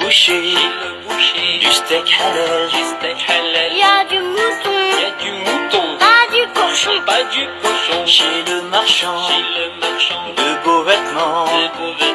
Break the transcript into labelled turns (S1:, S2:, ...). S1: boucher, du steak halal,
S2: Y a du mouton,
S1: y a du mouton,
S2: pas du cochon.
S1: pas du cochon, chez le marchand, de beaux vêtements,